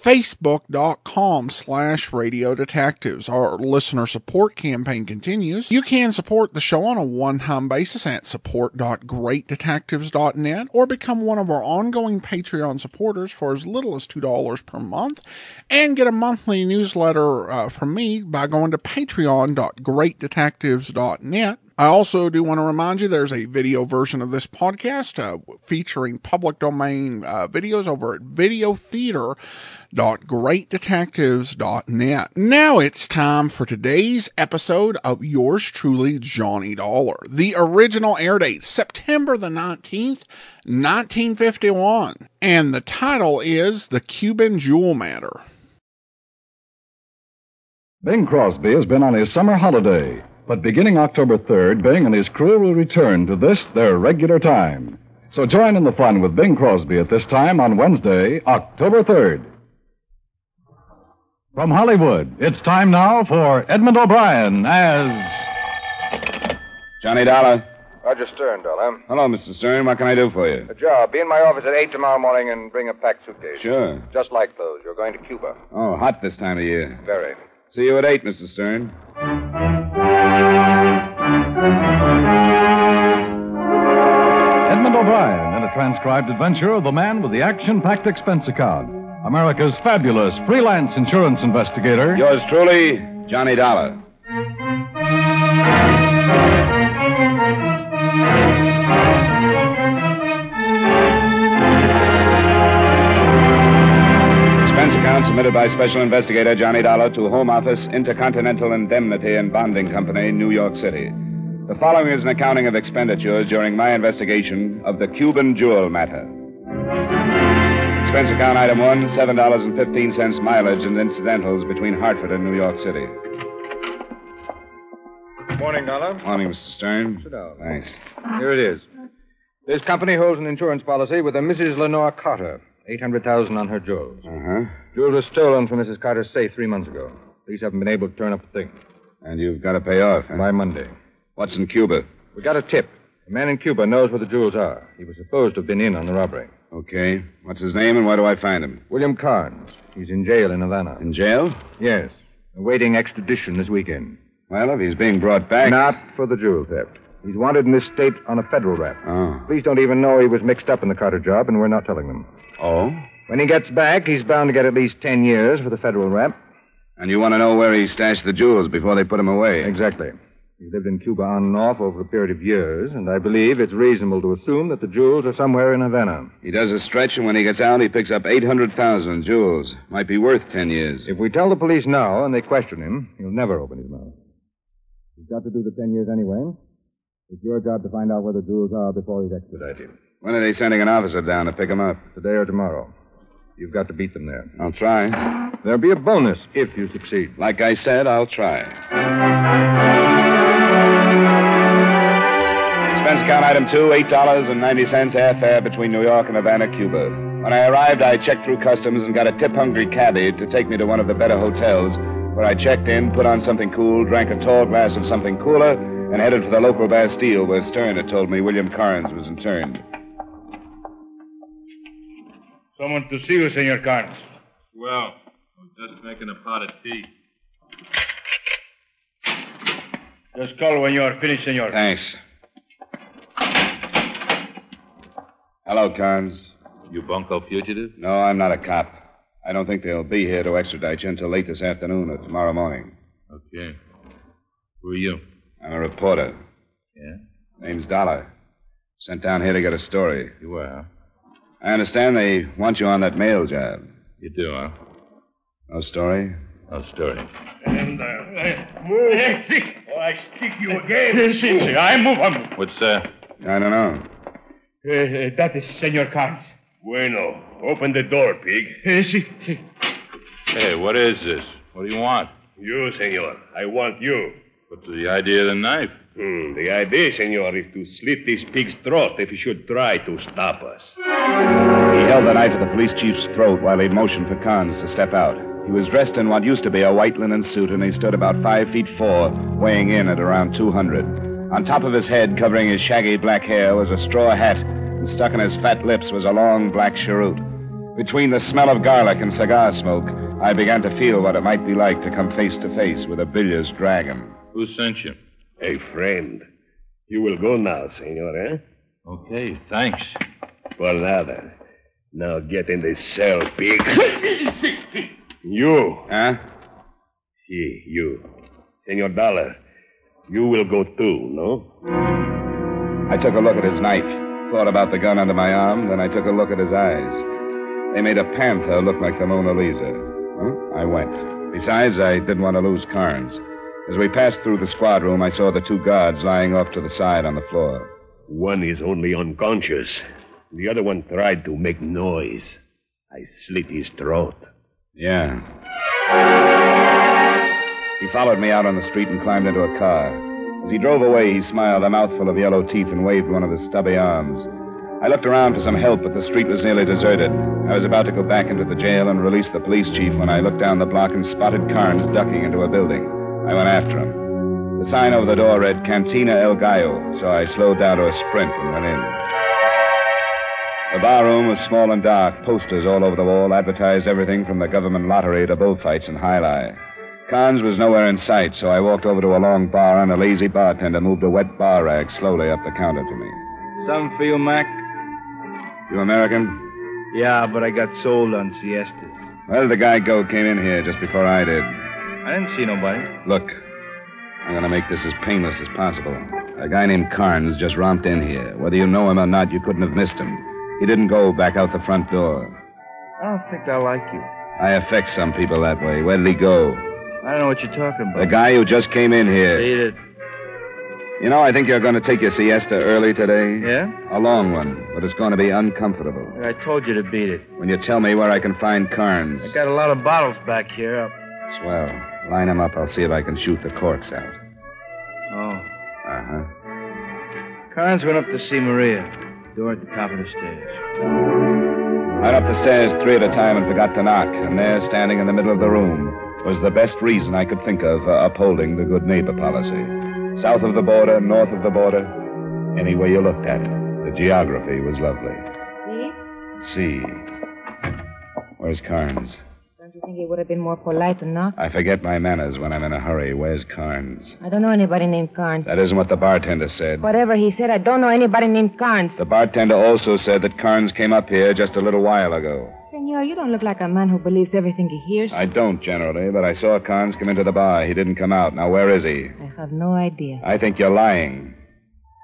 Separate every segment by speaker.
Speaker 1: Facebook.com slash radio detectives. Our listener support campaign continues. You can support the show on a one time basis at support.greatdetectives.net or become one of our ongoing Patreon supporters for as little as $2 per month and get a monthly newsletter uh, from me by going to patreon.greatdetectives.net. I also do want to remind you there's a video version of this podcast uh, featuring public domain uh, videos over at videotheater.greatdetectives.net. Now it's time for today's episode of yours truly, Johnny Dollar. The original air date, September the 19th, 1951. And the title is The Cuban Jewel Matter.
Speaker 2: Bing Crosby has been on his summer holiday, but beginning October 3rd, Bing and his crew will return to this, their regular time. So join in the fun with Bing Crosby at this time on Wednesday, October 3rd. From Hollywood, it's time now for Edmund O'Brien as.
Speaker 3: Johnny Dollar.
Speaker 4: Roger Stern, Dollar.
Speaker 3: Hello, Mr. Stern. What can I do for you?
Speaker 4: A job. Be in my office at 8 tomorrow morning and bring a packed suitcase.
Speaker 3: Sure.
Speaker 4: Just like those. You're going to Cuba.
Speaker 3: Oh, hot this time of year.
Speaker 4: Very.
Speaker 3: See you at 8, Mr. Stern.
Speaker 2: Edmund O'Brien in a transcribed adventure of the man with the action packed expense account. America's fabulous freelance insurance investigator.
Speaker 3: Yours truly, Johnny Dollar. Expense account submitted by Special Investigator Johnny Dollar to Home Office Intercontinental Indemnity and Bonding Company, New York City. The following is an accounting of expenditures during my investigation of the Cuban jewel matter. Expense account item one, $7.15 mileage and incidentals between Hartford and New York City.
Speaker 4: Morning, Dollar.
Speaker 3: Morning, Mr. Stern.
Speaker 4: Sit down.
Speaker 3: Thanks.
Speaker 4: Here it is. This company holds an insurance policy with a Mrs. Lenore Carter. 800000 on her jewels.
Speaker 3: Uh-huh.
Speaker 4: Jewels were stolen from Mrs. Carter's safe three months ago. Police haven't been able to turn up a thing.
Speaker 3: And you've got to pay off. huh?
Speaker 4: By Monday.
Speaker 3: What's in Cuba?
Speaker 4: We got a tip. A man in Cuba knows where the jewels are. He was supposed to have been in on the robbery.
Speaker 3: Okay. What's his name and where do I find him?
Speaker 4: William Carnes. He's in jail in Havana.
Speaker 3: In jail?
Speaker 4: Yes. Awaiting extradition this weekend.
Speaker 3: Well, if he's being brought back.
Speaker 4: Not for the jewel theft. He's wanted in this state on a federal rap.
Speaker 3: Oh.
Speaker 4: Police don't even know he was mixed up in the Carter job, and we're not telling them.
Speaker 3: Oh?
Speaker 4: When he gets back, he's bound to get at least 10 years for the federal rap.
Speaker 3: And you want to know where he stashed the jewels before they put him away?
Speaker 4: Exactly. He lived in Cuba on and off over a period of years, and I believe it's reasonable to assume that the jewels are somewhere in Havana.
Speaker 3: He does a stretch, and when he gets out, he picks up 800,000 jewels. Might be worth 10 years.
Speaker 4: If we tell the police now and they question him, he'll never open his mouth. He's got to do the 10 years anyway. It's your job to find out where the jewels are before he's extradited.
Speaker 3: When are they sending an officer down to pick him up?
Speaker 4: Today or tomorrow. You've got to beat them there.
Speaker 3: I'll try.
Speaker 4: There'll be a bonus if you succeed.
Speaker 3: Like I said, I'll try. Expense account item two, eight dollars and ninety cents airfare between New York and Havana, Cuba. When I arrived, I checked through customs and got a tip-hungry cabbie to take me to one of the better hotels, where I checked in, put on something cool, drank a tall glass of something cooler, and headed for the local Bastille, where Stern had told me William Carnes was interned.
Speaker 5: Someone to see you, Senor Carnes.
Speaker 6: Well, I'm just making a pot of tea.
Speaker 5: Just call when you are finished, senor.
Speaker 3: Thanks. Hello, Carnes.
Speaker 6: You bunko fugitive?
Speaker 3: No, I'm not a cop. I don't think they'll be here to extradite you until late this afternoon or tomorrow morning.
Speaker 6: Okay. Who are you?
Speaker 3: I'm a reporter.
Speaker 6: Yeah?
Speaker 3: Name's Dollar. Sent down here to get a story.
Speaker 6: You are.
Speaker 3: I understand they want you on that mail job.
Speaker 6: You do, huh?
Speaker 3: No story?
Speaker 6: No story.
Speaker 5: And, uh, move. Or I stick you again. Yes, yes, yes. I move, I move.
Speaker 6: What's that?
Speaker 3: I don't know.
Speaker 5: Uh, uh, that is Senor Carnes. Eh, Bueno. Open the door, pig.
Speaker 6: Hey, what is this? What do you want?
Speaker 5: You, senor. I want you.
Speaker 6: What's the idea of the knife?
Speaker 5: Hmm, the idea, senor, is to slit this pig's throat if he should try to stop us.
Speaker 3: He held the knife at the police chief's throat while he motioned for Carnes to step out. He was dressed in what used to be a white linen suit, and he stood about five feet four, weighing in at around 200. On top of his head, covering his shaggy black hair, was a straw hat, and stuck in his fat lips was a long black cheroot. Between the smell of garlic and cigar smoke, I began to feel what it might be like to come face to face with a bilious dragon.
Speaker 6: Who sent you?
Speaker 5: Hey, friend. You will go now, senor, eh?
Speaker 6: Okay, thanks.
Speaker 5: For nada. Now get in the cell, pig. you.
Speaker 3: Huh?
Speaker 5: See, you. Senor Dollar. You will go too, no?
Speaker 3: I took a look at his knife, thought about the gun under my arm, then I took a look at his eyes. They made a panther look like the Mona Lisa. Well, I went. Besides, I didn't want to lose Carnes. As we passed through the squad room, I saw the two guards lying off to the side on the floor.
Speaker 5: One is only unconscious. The other one tried to make noise. I slit his throat.
Speaker 3: Yeah. He followed me out on the street and climbed into a car. As he drove away, he smiled a mouthful of yellow teeth and waved one of his stubby arms. I looked around for some help, but the street was nearly deserted. I was about to go back into the jail and release the police chief when I looked down the block and spotted Carnes ducking into a building. I went after him. The sign over the door read Cantina El Gallo, so I slowed down to a sprint and went in. The bar room was small and dark. Posters all over the wall advertised everything from the government lottery to bullfights in High Carnes was nowhere in sight, so I walked over to a long bar, and a lazy bartender moved a wet bar rag slowly up the counter to me.
Speaker 4: Some for you, Mac?
Speaker 3: You American?
Speaker 4: Yeah, but I got sold on siestas.
Speaker 3: Well, the guy go came in here just before I did.
Speaker 4: I didn't see nobody.
Speaker 3: Look, I'm going to make this as painless as possible. A guy named Carnes just romped in here. Whether you know him or not, you couldn't have missed him. He didn't go back out the front door.
Speaker 4: I don't think I like you.
Speaker 3: I affect some people that way. Where did he go?
Speaker 4: I don't know what you're talking
Speaker 3: The
Speaker 4: about.
Speaker 3: guy who just came in here.
Speaker 4: Eat it.
Speaker 3: You know, I think you're going to take your siesta early today.
Speaker 4: Yeah?
Speaker 3: A long one, but it's going to be uncomfortable.
Speaker 4: I told you to beat it.
Speaker 3: When you tell me where I can find Carnes.
Speaker 4: I got a lot of bottles back here.
Speaker 3: Swell. Line him up. I'll see if I can shoot the corks out.
Speaker 4: Oh.
Speaker 3: Uh huh.
Speaker 4: Carnes went up to see Maria. Door at the top of the stairs.
Speaker 3: I went up the stairs three at a time and forgot to knock, and there, standing in the middle of the room, was the best reason I could think of for upholding the good neighbor policy. South of the border, north of the border, any way you looked at it, the geography was lovely.
Speaker 7: See?
Speaker 3: See. Where's Carnes?
Speaker 7: Don't you think it would have been more polite to knock?
Speaker 3: I forget my manners when I'm in a hurry. Where's Carnes?
Speaker 7: I don't know anybody named Carnes.
Speaker 3: That isn't what the bartender said.
Speaker 7: Whatever he said, I don't know anybody named Carnes.
Speaker 3: The bartender also said that Carnes came up here just a little while ago.
Speaker 7: Senor, you don't look like a man who believes everything he hears.
Speaker 3: I don't generally, but I saw Carnes come into the bar. He didn't come out. Now, where is he?
Speaker 7: I have no idea.
Speaker 3: I think you're lying.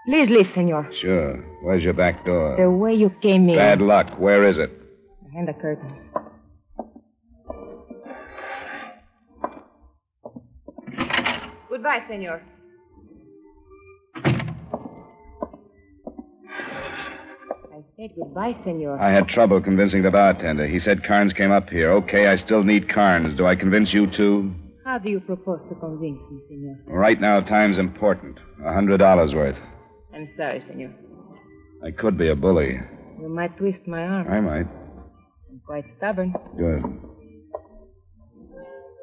Speaker 7: Please leave, senor.
Speaker 3: Sure. Where's your back
Speaker 7: The
Speaker 3: door?
Speaker 7: way you came in.
Speaker 3: Bad luck. Where is it?
Speaker 7: Behind the curtains. Goodbye, senor. I said goodbye, senor.
Speaker 3: I had trouble convincing the bartender. He said Carnes came up here. Okay, I still need Carnes. Do I convince you too?
Speaker 7: How do you propose to convince me, senor?
Speaker 3: Right now, time's important. A hundred dollars worth.
Speaker 7: I'm sorry, senor.
Speaker 3: I could be a bully.
Speaker 7: You might twist my arm.
Speaker 3: I might.
Speaker 7: I'm quite stubborn.
Speaker 3: Good.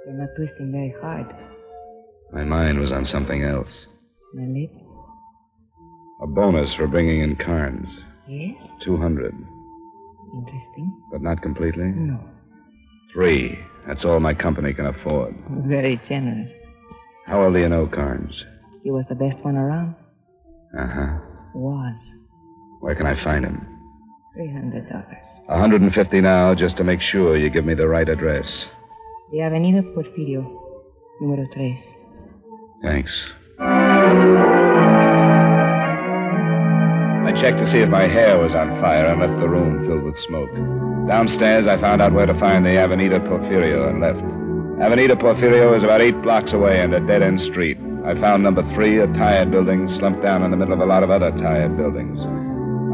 Speaker 7: You're not twisting very hard.
Speaker 3: My mind was on something else.
Speaker 7: My lip?
Speaker 3: A bonus for bringing in Carnes.
Speaker 7: Yes?
Speaker 3: Two hundred.
Speaker 7: Interesting.
Speaker 3: But not completely.
Speaker 7: No.
Speaker 3: Three. That's all my company can afford.
Speaker 7: Very generous.
Speaker 3: How well do you know Carnes?
Speaker 7: He was the best one around.
Speaker 3: Uh huh.
Speaker 7: Was.
Speaker 3: Where can I find him?
Speaker 7: $300.
Speaker 3: A hundred and fifty now, just to make sure you give me the right address.
Speaker 7: The Avenida Porfirio, número tres.
Speaker 3: Thanks. I checked to see if my hair was on fire and left the room filled with smoke. Downstairs, I found out where to find the Avenida Porfirio and left. Avenida Porfirio is about eight blocks away and a dead end street. I found number three, a tired building, slumped down in the middle of a lot of other tired buildings.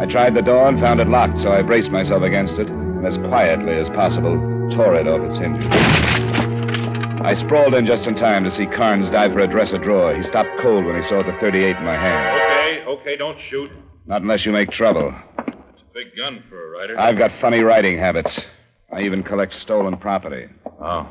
Speaker 3: I tried the door and found it locked, so I braced myself against it and, as quietly as possible, tore it off its hinges. I sprawled in just in time to see Carnes dive for a dresser drawer. He stopped cold when he saw the 38 in my hand.
Speaker 6: Okay, okay, don't shoot.
Speaker 3: Not unless you make trouble.
Speaker 6: It's a big gun for a writer.
Speaker 3: I've got funny writing habits. I even collect stolen property.
Speaker 6: Oh,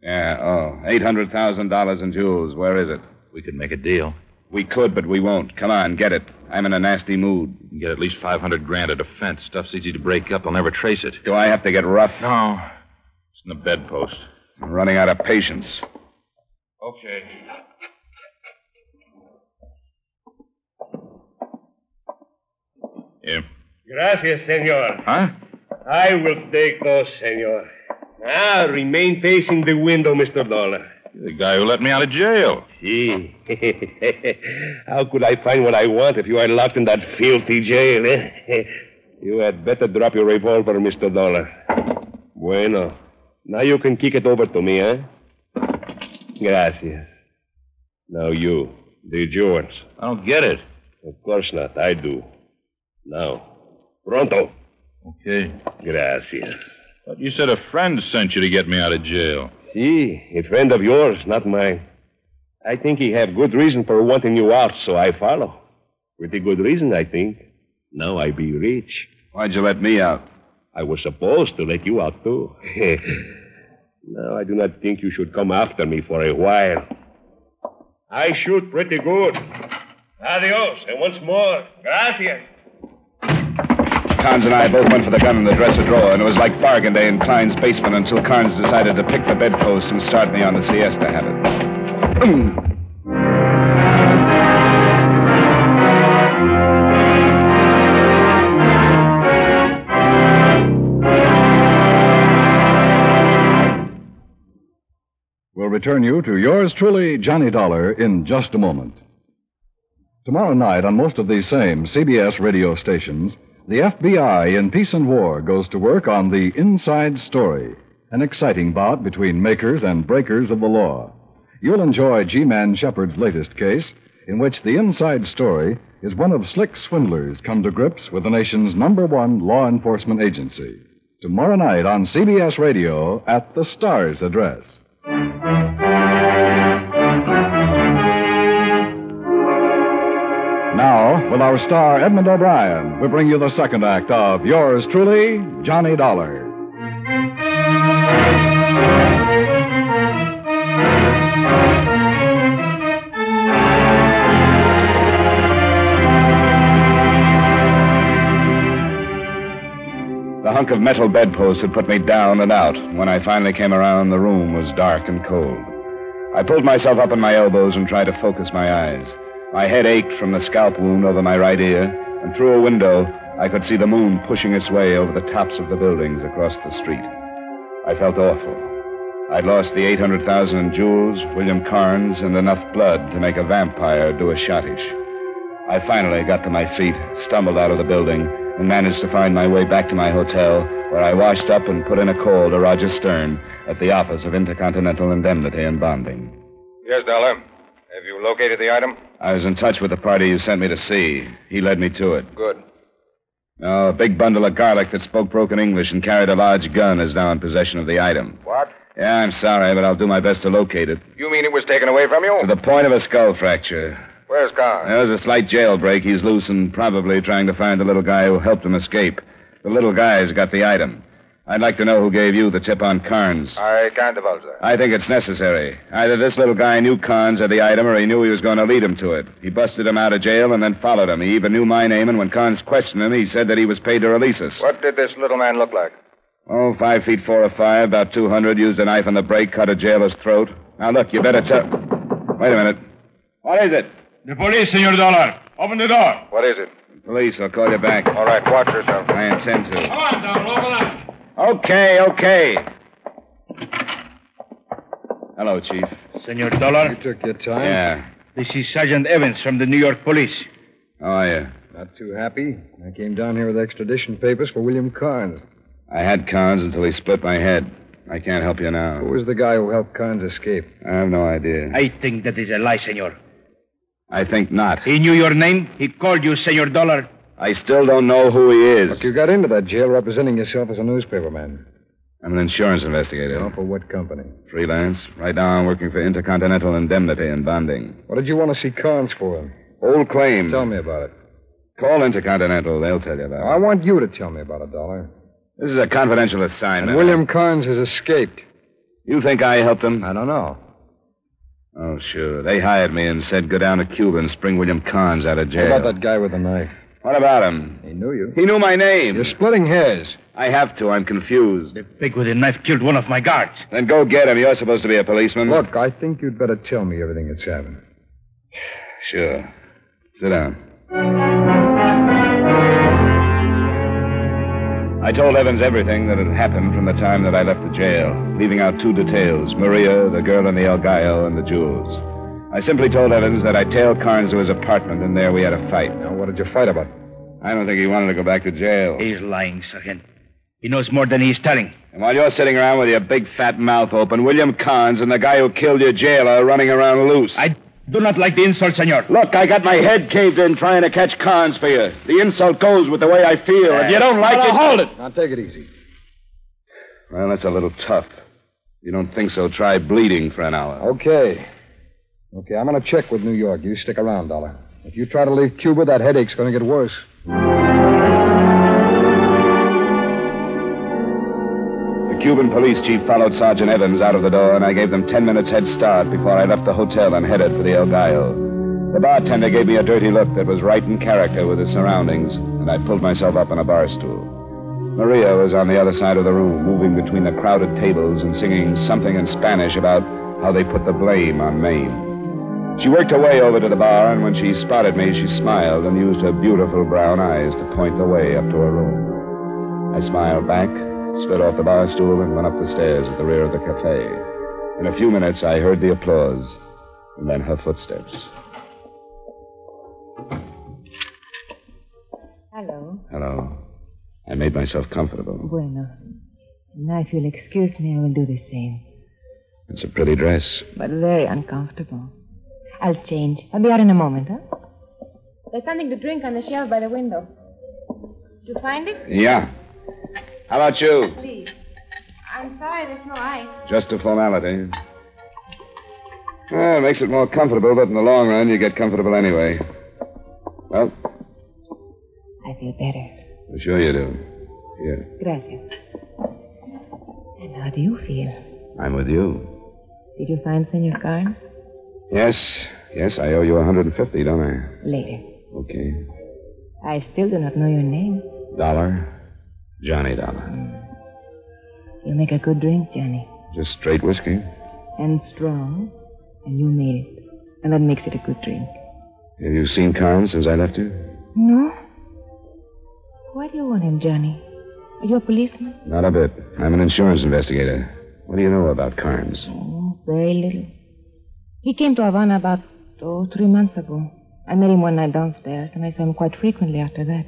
Speaker 3: Yeah, oh. $800,000 in jewels. Where is it?
Speaker 6: we could make a deal.
Speaker 3: We could, but we won't. Come on, get it. I'm in a nasty mood.
Speaker 6: You can get at least 500 grand at a fence. Stuff's easy to break up. They'll never trace it.
Speaker 3: Do I have to get rough?
Speaker 6: No. It's in the bedpost.
Speaker 3: I'm running out of patience.
Speaker 6: Okay. Here.
Speaker 5: Gracias, senor.
Speaker 6: Huh?
Speaker 5: I will take those, senor. Now remain facing the window, Mr. Dollar.
Speaker 6: You're the guy who let me out of jail.
Speaker 5: See, how could I find what I want if you are locked in that filthy jail, eh? you had better drop your revolver, Mr. Dollar. Bueno. Now you can kick it over to me, eh? Gracias. Now you, the jewels.
Speaker 6: I don't get it.
Speaker 5: Of course not, I do. Now, pronto.
Speaker 6: Okay.
Speaker 5: Gracias.
Speaker 6: But you said a friend sent you to get me out of jail.
Speaker 5: See, a friend of yours, not mine. I think he have good reason for wanting you out, so I follow. Pretty good reason, I think. Now I be rich.
Speaker 3: Why'd you let me out?
Speaker 5: I was supposed to let you out, too. now I do not think you should come after me for a while. I shoot pretty good. Adios, and once more, gracias.
Speaker 3: Carnes and I both went for the gun in the dresser drawer, and it was like bargain day in Klein's basement until Carnes decided to pick the bedpost and start me on the siesta habit.
Speaker 2: We'll return you to yours truly, Johnny Dollar, in just a moment. Tomorrow night, on most of these same CBS radio stations, the FBI in Peace and War goes to work on The Inside Story, an exciting bout between makers and breakers of the law. You'll enjoy G Man Shepard's latest case, in which The Inside Story is one of slick swindlers come to grips with the nation's number one law enforcement agency. Tomorrow night on CBS Radio at the Star's Address. Now, with our star Edmund O'Brien, we bring you the second act of yours truly, Johnny Dollar.
Speaker 3: The hunk of metal bedpost had put me down and out. When I finally came around, the room was dark and cold. I pulled myself up on my elbows and tried to focus my eyes. My head ached from the scalp wound over my right ear, and through a window, I could see the moon pushing its way over the tops of the buildings across the street. I felt awful. I'd lost the 800,000 in jewels, William Carnes, and enough blood to make a vampire do a shottish. I finally got to my feet, stumbled out of the building, and managed to find my way back to my hotel, where I washed up and put in a call to Roger Stern at the office of Intercontinental Indemnity and Bonding.
Speaker 4: Yes, Dollar. Have you located the item?
Speaker 3: I was in touch with the party you sent me to see. He led me to it.
Speaker 4: Good.
Speaker 3: Now, a big bundle of garlic that spoke broken English and carried a large gun is now in possession of the item.
Speaker 4: What?
Speaker 3: Yeah, I'm sorry, but I'll do my best to locate it.
Speaker 4: You mean it was taken away from
Speaker 3: To
Speaker 4: you?
Speaker 3: the point of a skull fracture.
Speaker 4: Where's Carnes?
Speaker 3: There was a slight jailbreak. He's loose and probably trying to find the little guy who helped him escape. The little guy's got the item. I'd like to know who gave you the tip on Carnes.
Speaker 4: I can't divulge that.
Speaker 3: I think it's necessary. Either this little guy knew Carnes had the item or he knew he was going to lead him to it. He busted him out of jail and then followed him. He even knew my name, and when Carnes questioned him, he said that he was paid to release us.
Speaker 4: What did this little man look like?
Speaker 3: Oh, five feet four or five, about 200, used a knife on the brake, cut a jailer's throat. Now, look, you better tell. Wait a minute. What is it?
Speaker 5: The police, Senor Dollar. Open the door.
Speaker 4: What is it?
Speaker 3: Police, I'll call you back.
Speaker 4: All right, watch yourself.
Speaker 3: I intend to.
Speaker 6: Come on, Donald, open up.
Speaker 3: Okay, okay. Hello, Chief.
Speaker 8: Senor Dollar,
Speaker 4: took your time.
Speaker 3: Yeah.
Speaker 8: this is Sergeant Evans from the New York Police.
Speaker 3: How are you?
Speaker 4: Not too happy. I came down here with extradition papers for William Carnes.
Speaker 3: I had Carnes until he split my head. I can't help you
Speaker 4: Who
Speaker 3: now.
Speaker 4: was the guy who helped Carnes escape?
Speaker 3: I have no idea.
Speaker 8: I think that is a lie, senor.
Speaker 3: I think not.
Speaker 8: He knew your name. He called you Senor Dollar.
Speaker 3: I still don't know who he is.
Speaker 4: You got into that jail representing yourself as a newspaperman.
Speaker 5: I'm an insurance investigator.
Speaker 3: Oh, for what company?
Speaker 5: Freelance. Right now I'm working for Intercontinental Indemnity and Bonding.
Speaker 3: What did you want to see Carnes for?
Speaker 5: Old claim.
Speaker 3: Tell me about it.
Speaker 5: Call Intercontinental. They'll tell you
Speaker 3: I
Speaker 5: about it.
Speaker 3: want you to tell me about it, Dollar.
Speaker 5: This is a confidential
Speaker 3: And
Speaker 5: assignment.
Speaker 3: William Carnes has escaped.
Speaker 5: You think I helped them?
Speaker 3: I don't know.
Speaker 5: Oh, sure. They hired me and said go down to Cuba and spring William Carnes out of
Speaker 3: What
Speaker 5: jail.
Speaker 3: about that guy with the knife?
Speaker 5: What about him?
Speaker 3: He knew you.
Speaker 5: He knew my name.
Speaker 3: You're splitting hairs.
Speaker 5: I have to. I'm confused.
Speaker 4: The pig with the knife killed one of my guards.
Speaker 5: Then go get him. You're supposed to be a policeman.
Speaker 3: Look, I think you'd better tell me everything that's happened.
Speaker 5: Sure. Sit down. I told Evans everything that had happened from the time that I left the jail, leaving out two details Maria, the girl in the El Gallo, and the jewels. I simply told Evans that I tailed Carnes to his apartment, and there we had a fight.
Speaker 3: Now, what did you fight about?
Speaker 5: I don't think he wanted to go back to jail.
Speaker 4: He's lying, Sergeant. He knows more than he's telling.
Speaker 5: And while you're sitting around with your big fat mouth open, William Carnes and the guy who killed your jailer are running around loose.
Speaker 4: I do not like the insult, senor.
Speaker 5: Look, I got my head caved in trying to catch Carnes for you. The insult goes with the way I feel. If you don't like it, hold it.
Speaker 3: Now, take it easy.
Speaker 5: Well, that's a little tough. You don't think so? Try bleeding for an hour.
Speaker 3: Okay. Okay, I'm going to check with New York. You stick around, Dollar. If you try to leave Cuba, that headache's going to get worse.
Speaker 5: The Cuban police chief followed Sergeant Evans out of the door, and I gave them ten minutes head start before I left the hotel and headed for the El Gallo. The bartender gave me a dirty look that was right in character with his surroundings, and I pulled myself up on a bar stool. Maria was on the other side of the room, moving between the crowded tables and singing something in Spanish about how they put the blame on Maine. She worked her way over to the bar, and when she spotted me, she smiled and used her beautiful brown eyes to point the way up to her room. I smiled back, slid off the bar stool, and went up the stairs at the rear of the cafe. In a few minutes, I heard the applause, and then her footsteps.
Speaker 7: Hello.
Speaker 5: Hello. I made myself comfortable.
Speaker 7: Bueno. Now, if you'll excuse me, I will do the same.
Speaker 5: It's a pretty dress.
Speaker 7: But very uncomfortable. I'll change. I'll be out in a moment, huh?
Speaker 9: There's something to drink on the shelf by the window. Did you find it?
Speaker 5: Yeah. How about you?
Speaker 9: Please. I'm sorry there's no ice.
Speaker 5: Just a formality. Well, it makes it more comfortable, but in the long run, you get comfortable anyway. Well,
Speaker 7: I feel better.
Speaker 5: I'm sure you do. Here.
Speaker 7: Gracias. And how do you feel?
Speaker 5: I'm with you.
Speaker 7: Did you find Senor Carnes?
Speaker 5: Yes, yes, I owe you 150, don't I?
Speaker 7: Later.
Speaker 5: Okay.
Speaker 7: I still do not know your name.
Speaker 5: Dollar, Johnny Dollar.
Speaker 7: You make a good drink, Johnny.
Speaker 5: Just straight whiskey?
Speaker 7: And strong. And you made it. And that makes it a good drink.
Speaker 5: Have you seen Carnes since I left you?
Speaker 7: No? Why do you want him, Johnny? Are you a policeman?
Speaker 5: Not a bit. I'm an insurance investigator. What do you know about Carnes?
Speaker 7: Oh, very little. He came to Havana about, oh, three months ago. I met him one night downstairs, and I saw him quite frequently after that.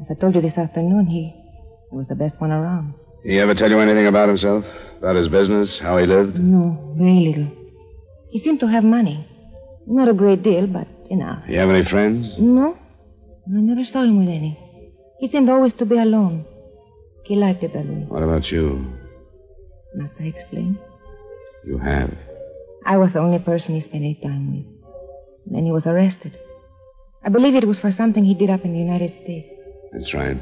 Speaker 7: As I told you this afternoon, he, he was the best one around.
Speaker 5: He ever tell you anything about himself? About his business? How he lived?
Speaker 7: No, very little. He seemed to have money. Not a great deal, but enough.
Speaker 5: You have any friends?
Speaker 7: No, I never saw him with any. He seemed always to be alone. He liked it that way.
Speaker 5: What about you?
Speaker 7: Must I explain?
Speaker 5: You have.
Speaker 7: I was the only person he spent any time with. And then he was arrested. I believe it was for something he did up in the United States.
Speaker 5: That's right.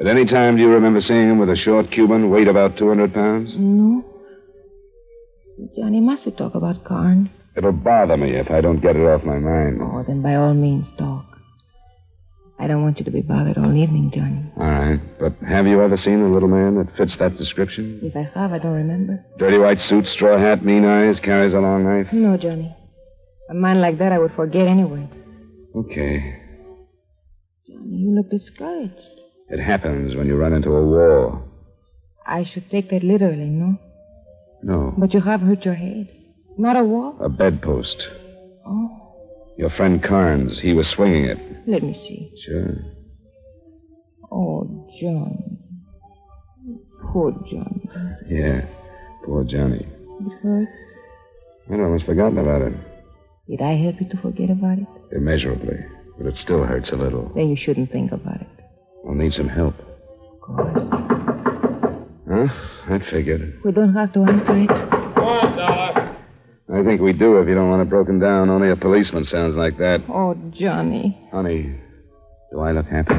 Speaker 5: At any time, do you remember seeing him with a short Cuban, weighed about 200 pounds?
Speaker 7: No. Johnny, must we talk about Carnes?
Speaker 5: It'll bother me if I don't get it off my mind. All
Speaker 7: Oh, then by all means talk. I don't want you to be bothered all evening, Johnny.
Speaker 5: right, but have you ever seen a little man that fits that description?
Speaker 7: If I have, I don't remember.
Speaker 5: Dirty white suit, straw hat, mean eyes, carries a long knife?
Speaker 7: No, Johnny. A man like that I would forget anyway.
Speaker 5: Okay.
Speaker 7: Johnny, you look discouraged.
Speaker 5: It happens when you run into a wall.
Speaker 7: I should take that literally, no?
Speaker 5: No.
Speaker 7: But you have hurt your head. Not a walk?
Speaker 5: A bedpost.
Speaker 7: Oh,
Speaker 5: Your friend Carnes, he was swinging it.
Speaker 7: let me see.
Speaker 5: Sure.
Speaker 7: Oh, Johnny. Poor Johnny.
Speaker 5: Yeah. Poor Johnny.
Speaker 7: It hurts.
Speaker 5: I'd almost forgotten about it.
Speaker 7: Did I help you to forget about it?
Speaker 5: Immeasurably. But it still hurts a little.
Speaker 7: Then you shouldn't think about it.
Speaker 5: I'll need some help.
Speaker 7: Of course.
Speaker 5: Huh?
Speaker 3: I figured.
Speaker 7: We don't have to answer it.
Speaker 3: I think we do if you don't want it broken down. Only a policeman sounds like that.
Speaker 7: Oh, Johnny.
Speaker 3: Honey, do I look happy?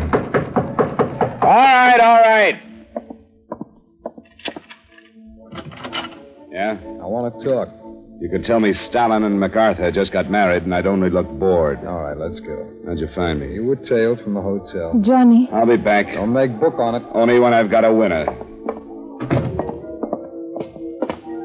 Speaker 5: All right, all right. Yeah?
Speaker 3: I want to talk.
Speaker 5: You could tell me Stalin and MacArthur just got married and I'd only look bored.
Speaker 3: All right, let's go.
Speaker 5: How'd you find me?
Speaker 3: You were tailed from the hotel.
Speaker 7: Johnny.
Speaker 5: I'll be back.
Speaker 3: Don't make book on it.
Speaker 5: Only when I've got a winner.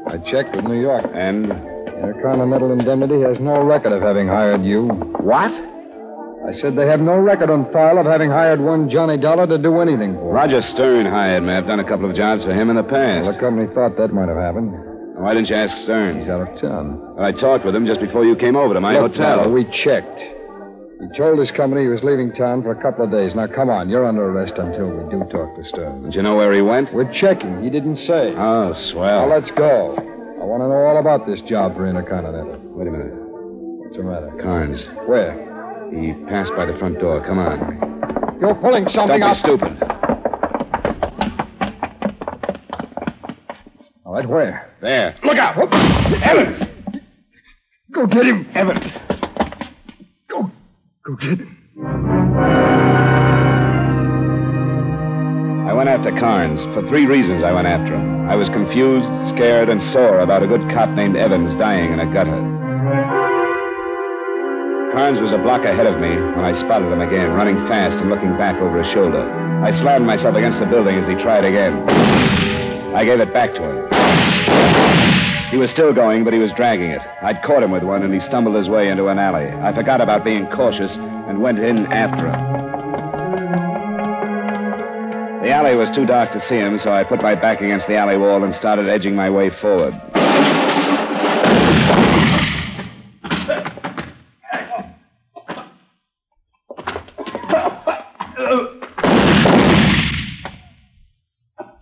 Speaker 3: I checked with New York.
Speaker 5: And?
Speaker 3: Intercontinental Indemnity has no record of having hired you.
Speaker 5: What?
Speaker 3: I said they have no record on file of having hired one Johnny Dollar to do anything for.
Speaker 5: Roger Stern hired me. I've done a couple of jobs for him in the
Speaker 3: Well,
Speaker 5: past.
Speaker 3: the company thought that might have happened.
Speaker 5: Why didn't you ask Stern?
Speaker 3: He's out of town.
Speaker 5: Well, I talked with him just before you came over to my
Speaker 3: Look,
Speaker 5: hotel.
Speaker 3: Dollar, we checked. He told his company he was leaving town for a couple of days. Now, come on, you're under arrest until we do talk to Stern.
Speaker 5: Did you know where he went?
Speaker 3: We're checking. He didn't say.
Speaker 5: Oh,
Speaker 3: Now,
Speaker 5: swell.
Speaker 3: let's go. I want to know all about this job for Intercontinental.
Speaker 5: Wait a minute.
Speaker 3: What's the matter?
Speaker 5: Carnes.
Speaker 3: Where?
Speaker 5: He passed by the front door. Come on.
Speaker 3: You're pulling
Speaker 5: Don't
Speaker 3: something
Speaker 5: be
Speaker 3: up.
Speaker 5: stupid.
Speaker 3: All right, where?
Speaker 5: There.
Speaker 8: Look out! Evans!
Speaker 3: Go get him, Evans. Go, go get him.
Speaker 5: I went after Carnes. For three reasons, I went after him. I was confused, scared, and sore about a good cop named Evans dying in a gutter. Carnes was a block ahead of me when I spotted him again, running fast and looking back over his shoulder. I slammed myself against the building as he tried again. I gave it back to him. He was still going, but he was dragging it. I'd caught him with one, and he stumbled his way into an alley. I forgot about being cautious and went in after him. The alley was too dark to see him, so I put my back against the alley wall and started edging my way forward.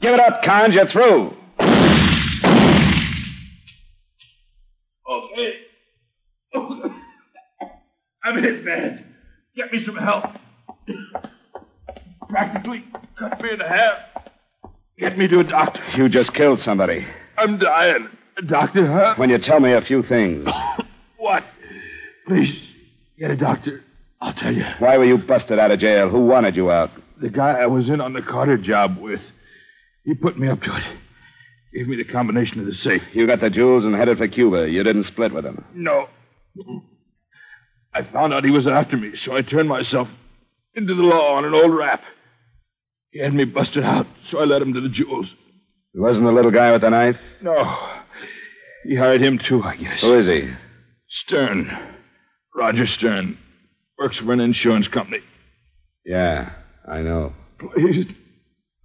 Speaker 5: Give it up, Carnes. You're through.
Speaker 8: Okay. I'm hit bad. Get me some help. Practically cut me in half. Get me to a doctor.
Speaker 5: You just killed somebody.
Speaker 8: I'm dying. Doctor, huh?
Speaker 5: When you tell me a few things,
Speaker 8: What? Please, get a doctor. I'll tell you.
Speaker 5: why were you busted out of jail? Who wanted you out?
Speaker 8: The guy I was in on the Carter job with, he put me up to it. Gave me the combination of the safe.
Speaker 5: You got the jewels and headed for Cuba. You didn't split with him.
Speaker 8: No. I found out he was after me, so I turned myself into the law on an old rap. He had me busted out, so I led him to the jewels.
Speaker 5: It wasn't the little guy with the knife?
Speaker 8: No. He hired him too, I guess.
Speaker 5: Who is he?
Speaker 8: Stern. Roger Stern. Works for an insurance company.
Speaker 5: Yeah, I know.
Speaker 8: Please.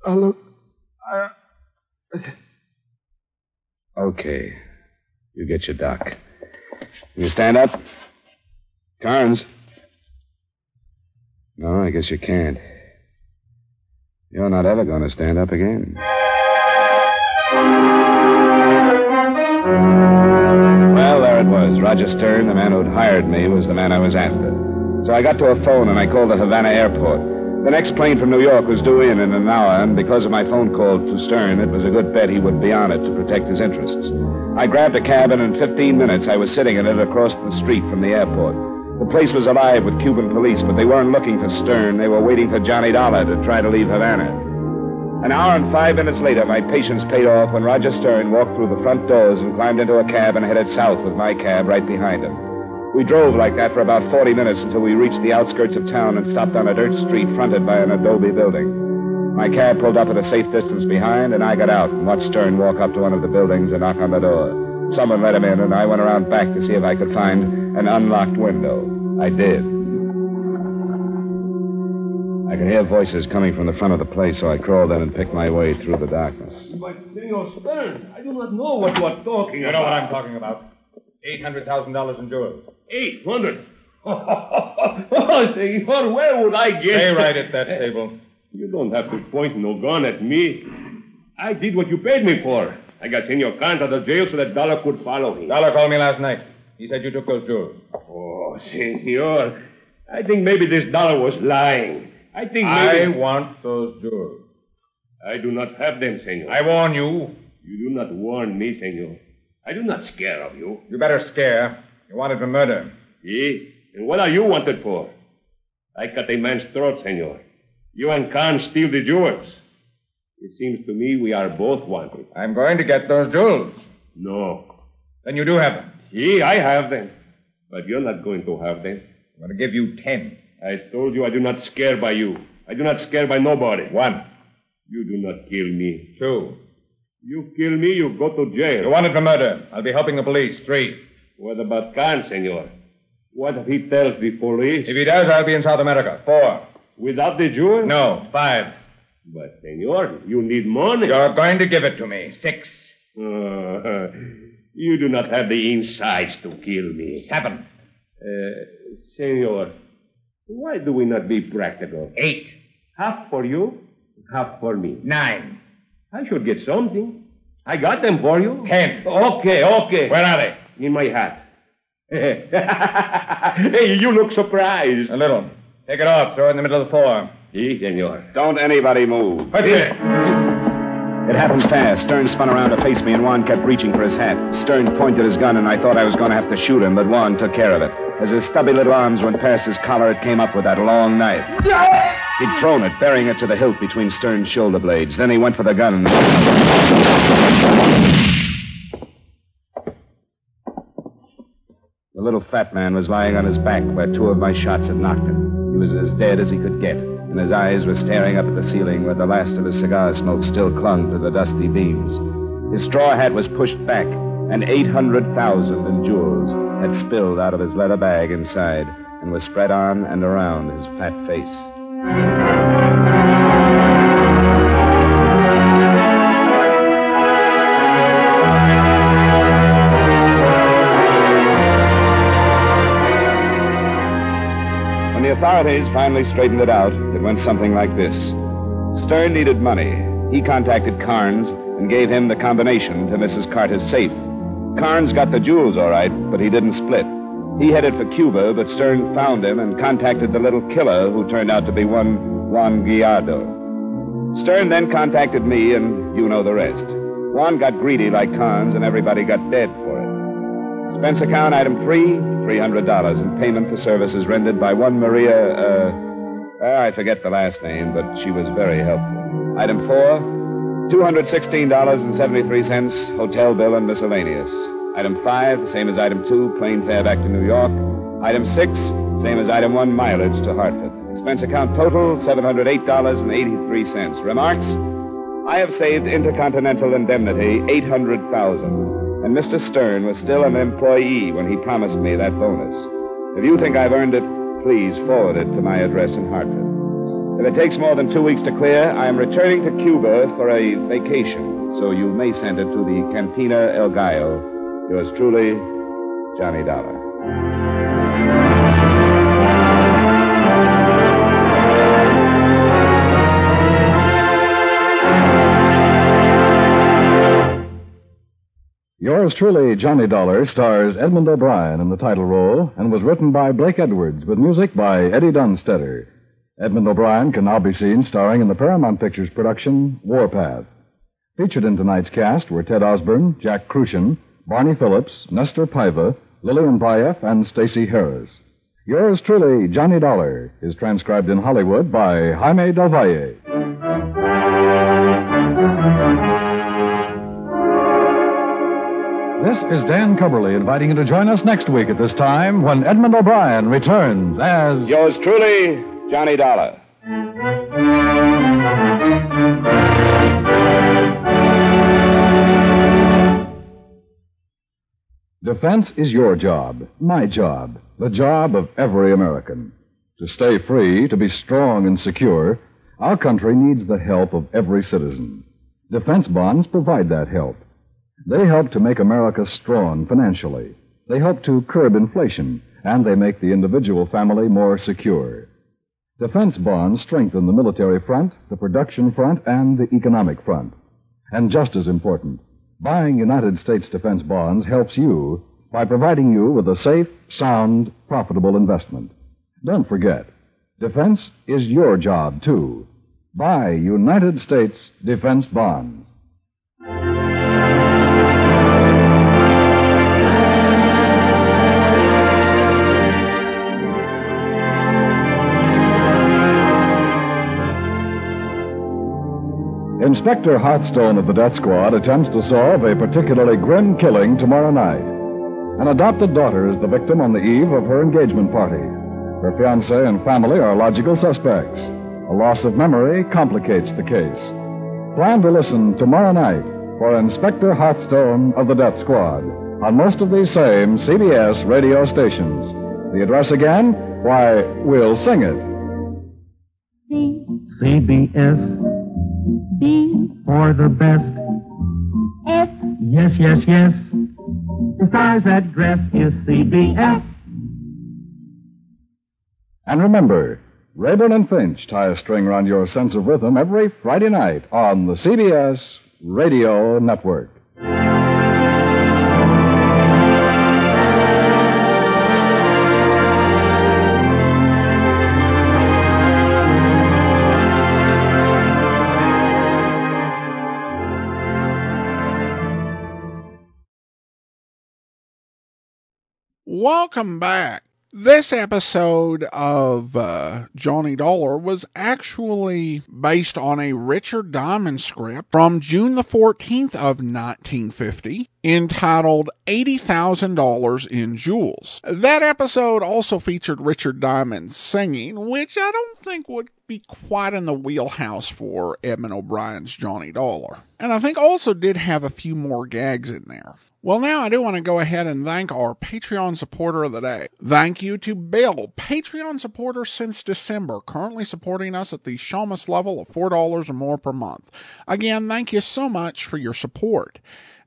Speaker 8: Oh, look. I,
Speaker 5: Okay. You get your doc. You stand up? Carnes? No, I guess you can't. You're not ever going to stand up again. Well, there it was. Roger Stern, the man who'd hired me, was the man I was after. So I got to a phone and I called the Havana airport. The next plane from New York was due in in an hour, and because of my phone call to Stern, it was a good bet he would be on it to protect his interests. I grabbed a cab, and in 15 minutes I was sitting in it across the street from the airport. The place was alive with Cuban police, but they weren't looking for Stern. They were waiting for Johnny Dollar to try to leave Havana. An hour and five minutes later, my patience paid off when Roger Stern walked through the front doors and climbed into a cab and headed south with my cab right behind him. We drove like that for about 40 minutes until we reached the outskirts of town and stopped on a dirt street fronted by an adobe building. My cab pulled up at a safe distance behind, and I got out and watched Stern walk up to one of the buildings and knock on the door. Someone let him in, and I went around back to see if I could find an unlocked window. I did. I could hear voices coming from the front of the place, so I crawled in and picked my way through the darkness.
Speaker 4: But, Senor Stern, I do not know what you are talking
Speaker 3: You know what I'm talking about. $800,000 in jewels.
Speaker 4: Eight hundred. oh, senor, where would I get?
Speaker 3: Stay right at that table.
Speaker 4: You don't have to point no gun at me. I did what you paid me for. I got Senor Kant out of jail so that Dollar could follow him.
Speaker 3: Dollar called me last night. He said you took those jewels.
Speaker 4: Oh, senor. I think maybe this Dollar was lying. I think
Speaker 3: I
Speaker 4: maybe...
Speaker 3: want those jewels.
Speaker 4: I do not have them, senor.
Speaker 3: I warn you,
Speaker 5: You do not warn me, senor. I do not scare of you.
Speaker 10: You better scare. You wanted for murder.
Speaker 5: Eh? And what are you wanted for? I cut a man's throat, senor. You and Khan steal the jewels. It seems to me we are both wanted.
Speaker 10: I'm going to get those jewels.
Speaker 5: No.
Speaker 10: Then you do have them.
Speaker 5: See, I have them. But you're not going to have them.
Speaker 10: I'm going to give you ten.
Speaker 5: I told you I do not scare by you. I do not scare by nobody.
Speaker 10: One.
Speaker 5: You do not kill me.
Speaker 10: Two.
Speaker 5: You kill me, you go to jail.
Speaker 10: You wanted for murder. I'll be helping the police. Three.
Speaker 5: What about Khan, senor? What if he tells the police?
Speaker 10: If he does, I'll be in South America. Four.
Speaker 5: Without the jewels?
Speaker 10: No. Five.
Speaker 5: But, senor, you need money.
Speaker 10: You're going to give it to me. Six.
Speaker 5: Uh, you do not have the insides to kill me.
Speaker 10: Seven.
Speaker 5: Uh, senor, why do we not be practical?
Speaker 10: Eight.
Speaker 5: Half for you, half for me.
Speaker 10: Nine.
Speaker 5: I should get something. I got them for you.
Speaker 10: Ten.
Speaker 5: Okay, okay.
Speaker 10: Where are they?
Speaker 5: In my hat. hey, you look surprised.
Speaker 10: A little. Take it off. Throw it in the middle of the floor.
Speaker 5: Si, senor.
Speaker 4: Don't anybody move.
Speaker 10: Right here.
Speaker 4: It happened fast. Stern spun around to face me, and Juan kept reaching for his hat. Stern pointed his gun, and I thought I was going to have to shoot him, but Juan took care of it. As his stubby little arms went past his collar, it came up with that long knife. He'd thrown it, burying it to the hilt between Stern's shoulder blades. Then he went for the gun. The little fat man was lying on his back where two of my shots had knocked him. He was as dead as he could get, and his eyes were staring up at the ceiling where the last of his cigar smoke still clung to the dusty beams. His straw hat was pushed back, and 800,000 in jewels had spilled out of his leather bag inside and was spread on and around his fat face. When the authorities finally straightened it out, it went something like this Stern needed money. He contacted Carnes and gave him the combination to Mrs. Carter's safe. Carnes got the jewels all right, but he didn't split. He headed for Cuba, but Stern found him and contacted the little killer who turned out to be one Juan Guiado. Stern then contacted me, and you know the rest. Juan got greedy like Carnes, and everybody got dead for it. Expense account item three, $300 in payment for services rendered by one Maria, uh, uh, I forget the last name, but she was very helpful. Item four, $216.73, hotel bill and miscellaneous. Item five, same as item two, plane fare back to New York. Item six, same as item one, mileage to Hartford. Expense account total, $708.83. Remarks? I have saved intercontinental indemnity, 800000 and Mr. Stern was still an employee when he promised me that bonus. If you think I've earned it, please forward it to my address in Hartford. If it takes more than two weeks to clear, I am returning to Cuba for a vacation, so you may send it to the Cantina El Gallo. Yours truly, Johnny Dollar.
Speaker 3: Yours truly, Johnny Dollar, stars Edmund O'Brien in the title role and was written by Blake Edwards with music by Eddie Dunstetter. Edmund O'Brien can now be seen starring in the Paramount Pictures production Warpath. Featured in tonight's cast were Ted Osborne, Jack Crucian, Barney Phillips, Nestor Paiva, Lillian Bayef, and Stacy Harris. Yours truly, Johnny Dollar, is transcribed in Hollywood by Jaime Del Valle. This is Dan Coverly inviting you to join us next week at this time when Edmund O'Brien returns as.
Speaker 4: Yours truly, Johnny Dollar.
Speaker 3: Defense is your job, my job, the job of every American. To stay free, to be strong and secure, our country needs the help of every citizen. Defense bonds provide that help. They help to make America strong financially. They help to curb inflation, and they make the individual family more secure. Defense bonds strengthen the military front, the production front, and the economic front. And just as important, buying United States defense bonds helps you by providing you with a safe, sound, profitable investment. Don't forget, defense is your job, too. Buy United States defense bonds. Inspector Hartstone of the Death Squad attempts to solve a particularly grim killing tomorrow night. An adopted daughter is the victim on the eve of her engagement party. Her fiance and family are logical suspects. A loss of memory complicates the case. Plan to listen tomorrow night for Inspector Hartstone of the Death Squad on most of these same CBS radio stations. The address again? Why, we'll sing it.
Speaker 11: CBS
Speaker 12: B
Speaker 11: for the best.
Speaker 12: F
Speaker 11: Yes, yes, yes. The star's address is CBS.
Speaker 3: And remember, Rayburn and Finch tie a string around your sense of rhythm every Friday night on the CBS Radio Network.
Speaker 1: Welcome back. This episode of uh, Johnny Dollar was actually based on a Richard Diamond script from June the 14th of 1950 entitled $80,000 in Jewels. That episode also featured Richard Diamond singing, which I don't think would be quite in the wheelhouse for Edmund O'Brien's Johnny Dollar. And I think also did have a few more gags in there. Well, now I do want to go ahead and thank our Patreon supporter of the day. Thank you to Bill, Patreon supporter since December, currently supporting us at the Shamus level of $4 or more per month. Again, thank you so much for your support.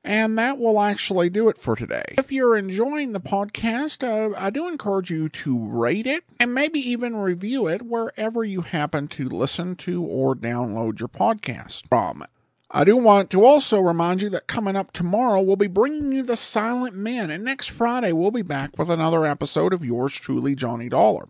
Speaker 1: And that will actually do it for today. If you're enjoying the podcast, uh, I do encourage you to rate it and maybe even review it wherever you happen to listen to or download your podcast from. I do want to also remind you that coming up tomorrow, we'll be bringing you The Silent Men, and next Friday, we'll be back with another episode of yours truly, Johnny Dollar.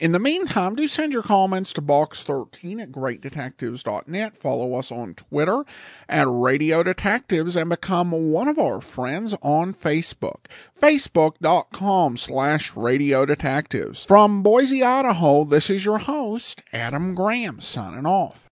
Speaker 1: In the meantime, do send your comments to box13 at greatdetectives.net. Follow us on Twitter at Radio Detectives and become one of our friends on Facebook. Facebook.com slash Radio Detectives. From Boise, Idaho, this is your host, Adam Graham, signing off.